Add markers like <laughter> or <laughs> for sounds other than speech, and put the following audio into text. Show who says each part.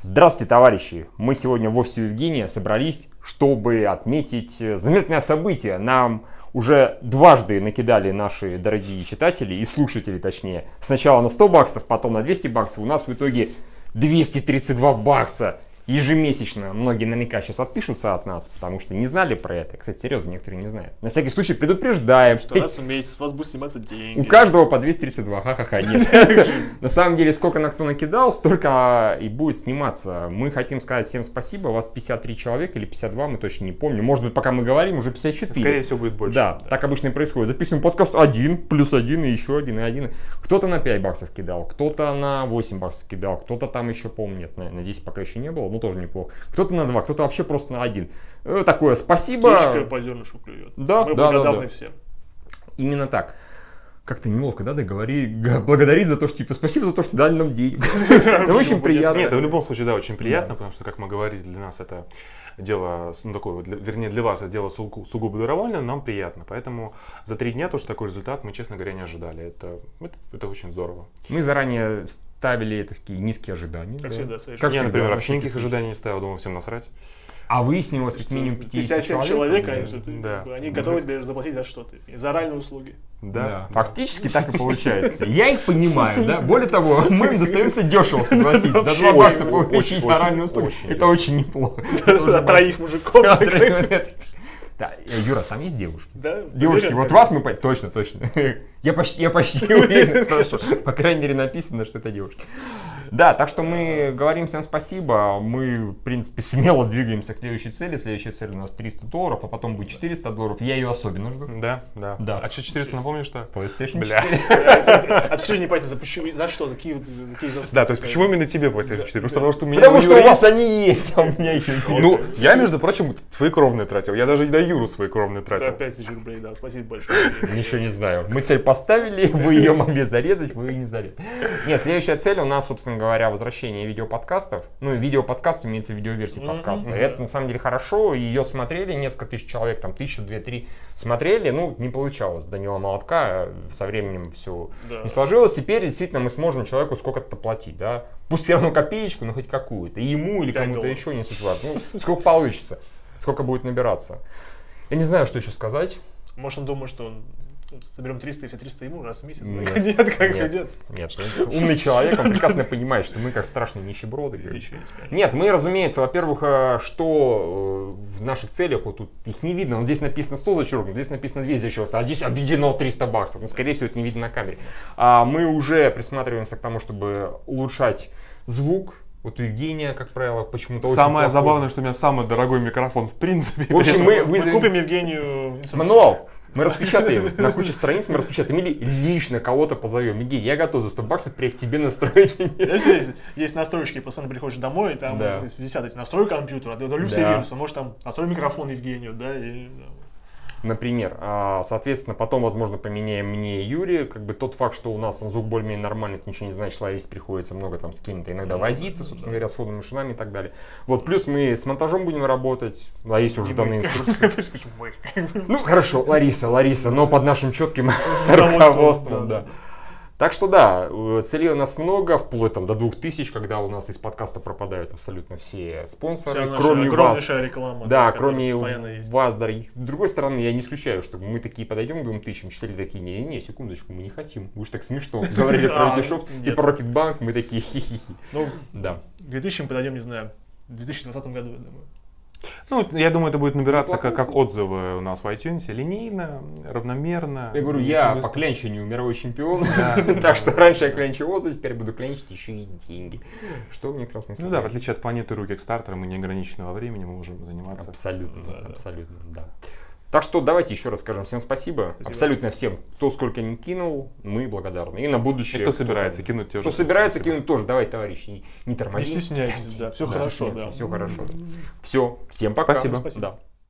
Speaker 1: Здравствуйте, товарищи! Мы сегодня в офисе Евгения собрались, чтобы отметить заметное событие. Нам уже дважды накидали наши дорогие читатели и слушатели, точнее. Сначала на 100 баксов, потом на 200 баксов. У нас в итоге 232 бакса ежемесячно. Многие наверняка сейчас отпишутся от нас, потому что не знали про это. Кстати, серьезно, некоторые не знают. На всякий случай предупреждаем.
Speaker 2: Что раз в месяц у вас будет сниматься деньги.
Speaker 1: У каждого по 232, ха-ха-ха, нет. <laughs> На самом деле, сколько на кто накидал, столько и будет сниматься. Мы хотим сказать всем спасибо, у вас 53 человека или 52, мы точно не помню. Может быть, пока мы говорим, уже 54.
Speaker 2: Скорее всего, будет больше.
Speaker 1: Да, так обычно и происходит. Записываем подкаст один, плюс один, и еще один, и один. Кто-то на 5 баксов кидал, кто-то на 8 баксов кидал, кто-то там еще помнит, на- надеюсь, пока еще не было, но тоже неплохо. Кто-то на 2, кто-то вообще просто на 1. Такое
Speaker 2: Птичка
Speaker 1: спасибо.
Speaker 2: по зернышку клюет.
Speaker 1: Да,
Speaker 2: Мы
Speaker 1: да, да, да. <laughs>
Speaker 2: благодарны всем.
Speaker 1: Именно так. Как-то неловко, да, договори, г- благодарить за то, что, типа, спасибо за то, что дали нам денег. Это очень
Speaker 2: будет?
Speaker 1: приятно.
Speaker 3: Нет, это в любом случае, да, очень приятно, потому что, как мы говорили, для нас это дело, с- ну, такое, вот, для- вернее, для вас это дело сугу- сугубо добровольное, нам приятно. Поэтому за три дня тоже такой результат мы, честно говоря, не ожидали. Это, это, это очень здорово.
Speaker 1: Мы заранее ставили такие низкие ожидания.
Speaker 2: Как
Speaker 1: да.
Speaker 2: всегда, совершенно.
Speaker 1: Как
Speaker 3: Я,
Speaker 1: всегда,
Speaker 3: например,
Speaker 1: на
Speaker 3: вообще никаких
Speaker 1: всякий
Speaker 3: ожиданий не ставил, думал, всем насрать.
Speaker 1: А выяснилось, как
Speaker 2: Что
Speaker 1: минимум 50
Speaker 2: 57
Speaker 1: человек.
Speaker 2: человек,
Speaker 1: да.
Speaker 2: конечно, ты-
Speaker 3: Да.
Speaker 2: они готовы тебе заплатить за что-то. И За оральные
Speaker 1: <laughs>
Speaker 2: услуги.
Speaker 1: Да,
Speaker 3: Да.
Speaker 1: фактически так и получается. Я их понимаю, да. Более того, мы им достаемся дешево, согласитесь. За
Speaker 2: Вообще
Speaker 1: два бакса
Speaker 3: очень,
Speaker 1: получить
Speaker 3: очень,
Speaker 1: оральную услугу.
Speaker 3: очень
Speaker 1: Это очень неплохо.
Speaker 2: За троих мужиков.
Speaker 1: Да,
Speaker 2: <laughs> такой.
Speaker 1: Да, э, Юра, там есть девушки?
Speaker 2: Да, ты
Speaker 1: Девушки,
Speaker 2: уверен?
Speaker 1: вот
Speaker 2: <laughs>
Speaker 1: вас мы... по- Точно, точно. <laughs> Я почти, я <laughs> почти уверен, хорошо. По крайней мере, написано, что это девушки. Да, так что мы говорим всем спасибо. Мы, в принципе, <laughs> смело двигаемся к следующей цели. Следующая цель у нас 300 долларов, а потом будет 400 долларов. Я ее особенно жду.
Speaker 3: Да, да.
Speaker 1: Да.
Speaker 3: А что 400 напомню, что?
Speaker 1: PlayStation
Speaker 3: Бля. <laughs>
Speaker 1: 4.
Speaker 2: А ты что не понятно, за почему- за что, за какие вот- за какие заслуги?
Speaker 3: Да, то есть почему именно тебе PlayStation
Speaker 2: Да,
Speaker 3: 4?
Speaker 2: да.
Speaker 3: Потому что у меня
Speaker 1: Потому
Speaker 3: у
Speaker 1: что у
Speaker 3: Юры
Speaker 1: вас они есть, а у меня <laughs> их нет.
Speaker 3: Ну, я, между прочим, свои кровные тратил. Я даже и на Юру свои кровные
Speaker 2: Да,
Speaker 3: тратил.
Speaker 2: 5 тысяч рублей, да, спасибо большое.
Speaker 1: Ничего не знаю. Мы цель поставили, <laughs> вы ее могли зарезать, вы ее не зарезали. Нет, следующая цель у нас, собственно говоря, возвращение видеоподкастов. Ну, и видеоподкаст имеется в виде видеоверсии
Speaker 2: Мгм,
Speaker 1: подкаста.
Speaker 2: да.
Speaker 1: Это на самом деле хорошо. Ее смотрели несколько тысяч человек, там тысячу, две, три смотрели. Ну, не получалось. Данила Молотка э, со временем все
Speaker 2: Да.
Speaker 1: не сложилось. Теперь действительно мы сможем человеку сколько-то платить, да. Пусть все равно копеечку, но хоть какую-то. И ему или
Speaker 2: Пять
Speaker 1: кому-то
Speaker 2: долларов.
Speaker 1: еще не суть важно. Ну, сколько получится, сколько будет набираться. Я не знаю, что еще сказать.
Speaker 2: Может, он думает, что он ну, соберем 300 и все 300 ему раз в месяц.
Speaker 1: Нет.
Speaker 2: <laughs> Нет, как
Speaker 1: Нет.
Speaker 2: идет.
Speaker 1: Нет, ну, умный человек, он прекрасно понимает, что мы как страшные нищеброды. говорит.
Speaker 2: Ничего не скажешь.
Speaker 1: Нет, мы, разумеется, во-первых, э, что э, в наших целях, вот тут их не видно, вот здесь написано 100 зачеркнуто, здесь написано 200 зачеркнуто, а здесь обведено 300 баксов, ну, скорее всего, это не видно на камере. А мы уже присматриваемся к тому, чтобы улучшать звук, вот у Евгения, как правило, почему-то очень
Speaker 3: Самое
Speaker 1: плохой
Speaker 3: забавное, что у меня самый дорогой микрофон в принципе.
Speaker 1: В общем, мы
Speaker 2: Мы
Speaker 1: вызовем
Speaker 2: купим Евгению...
Speaker 1: мануал, мы распечатаем на куче страниц, мы распечатаем или лично кого-то позовем. Евгений, я готов за 100 баксов приехать к тебе настроить.
Speaker 2: Знаешь, есть, есть настройки, постоянно приходишь домой, и там
Speaker 1: Да.
Speaker 2: есть- висят эти настройки компьютера, ты удалю все
Speaker 1: Да.
Speaker 2: вирусы, можешь там настрой микрофон Евгению, да, и, да.
Speaker 1: например. А, Соответственно, потом, возможно, поменяем мне и Юре. Как бы тот факт, что у нас там звук более-менее нормальный, это ничего не значит, ловить приходится много там с кем-то иногда
Speaker 2: Ну,
Speaker 1: возиться,
Speaker 2: да,
Speaker 1: собственно
Speaker 2: да.
Speaker 1: говоря, с ходом и шинами и так далее. Вот, плюс мы с монтажом будем работать. Ларисе уже
Speaker 2: И
Speaker 1: данные
Speaker 2: мы.
Speaker 1: инструкции.
Speaker 2: <laughs> Почему мы?
Speaker 1: Ну, хорошо, Лариса, Лариса, но под нашим четким <laughs> руководством, да. Так что да, э, целей у нас много, вплоть там до 2000, когда у нас из подкаста пропадают абсолютно все спонсоры,
Speaker 2: Вся наша
Speaker 1: кроме вас.
Speaker 2: огромнейшая реклама.
Speaker 1: Да,
Speaker 2: которая
Speaker 1: кроме
Speaker 2: постоянно есть.
Speaker 1: вас, дорогих. С другой стороны, я не исключаю, что мы такие подойдем к двум тысячам, читатели такие, не-не, секундочку, мы не хотим. Вы же так
Speaker 2: <laughs>
Speaker 1: смешно говорили про
Speaker 2: А,
Speaker 1: Ютишоп и
Speaker 2: нет.
Speaker 1: про Рокетбанк, мы такие хи-хи-хи.
Speaker 2: Ну,
Speaker 1: Да.
Speaker 2: к 2000 мы подойдем, не знаю, в 2020 году, я думаю.
Speaker 3: Ну, я думаю, это будет набираться как, как
Speaker 1: Неплохо.
Speaker 3: отзывы у нас в iTunes. Линейно, равномерно.
Speaker 1: Я говорю,
Speaker 3: Очень
Speaker 1: я по
Speaker 3: быстро.
Speaker 1: клянчению мировой чемпион,
Speaker 3: ну, Да.
Speaker 1: <laughs> так что раньше я клянчил отзыв, теперь буду клянчить еще и деньги. Что мне красный
Speaker 3: Ну да, в отличие от планеты руки Kickstarter, мы не ограничены во времени, мы можем заниматься.
Speaker 1: Абсолютно,
Speaker 2: Да, да.
Speaker 1: абсолютно, да. Так что давайте еще раз скажем всем спасибо.
Speaker 2: Спасибо.
Speaker 1: Абсолютно всем, кто сколько не кинул, мы благодарны. И на
Speaker 3: И
Speaker 1: будущее.
Speaker 3: кто собирается
Speaker 1: там-
Speaker 3: кинуть те
Speaker 1: Кто
Speaker 3: же
Speaker 1: собирается
Speaker 3: спасибо.
Speaker 1: кинуть тоже, давай, товарищи, не, не
Speaker 2: Не
Speaker 1: тормози.
Speaker 2: стесняйтесь, да, все
Speaker 1: Да,
Speaker 2: хорошо, да.
Speaker 1: Все хорошо. Все, всем пока.
Speaker 3: Спасибо.
Speaker 2: Спасибо.
Speaker 1: Да.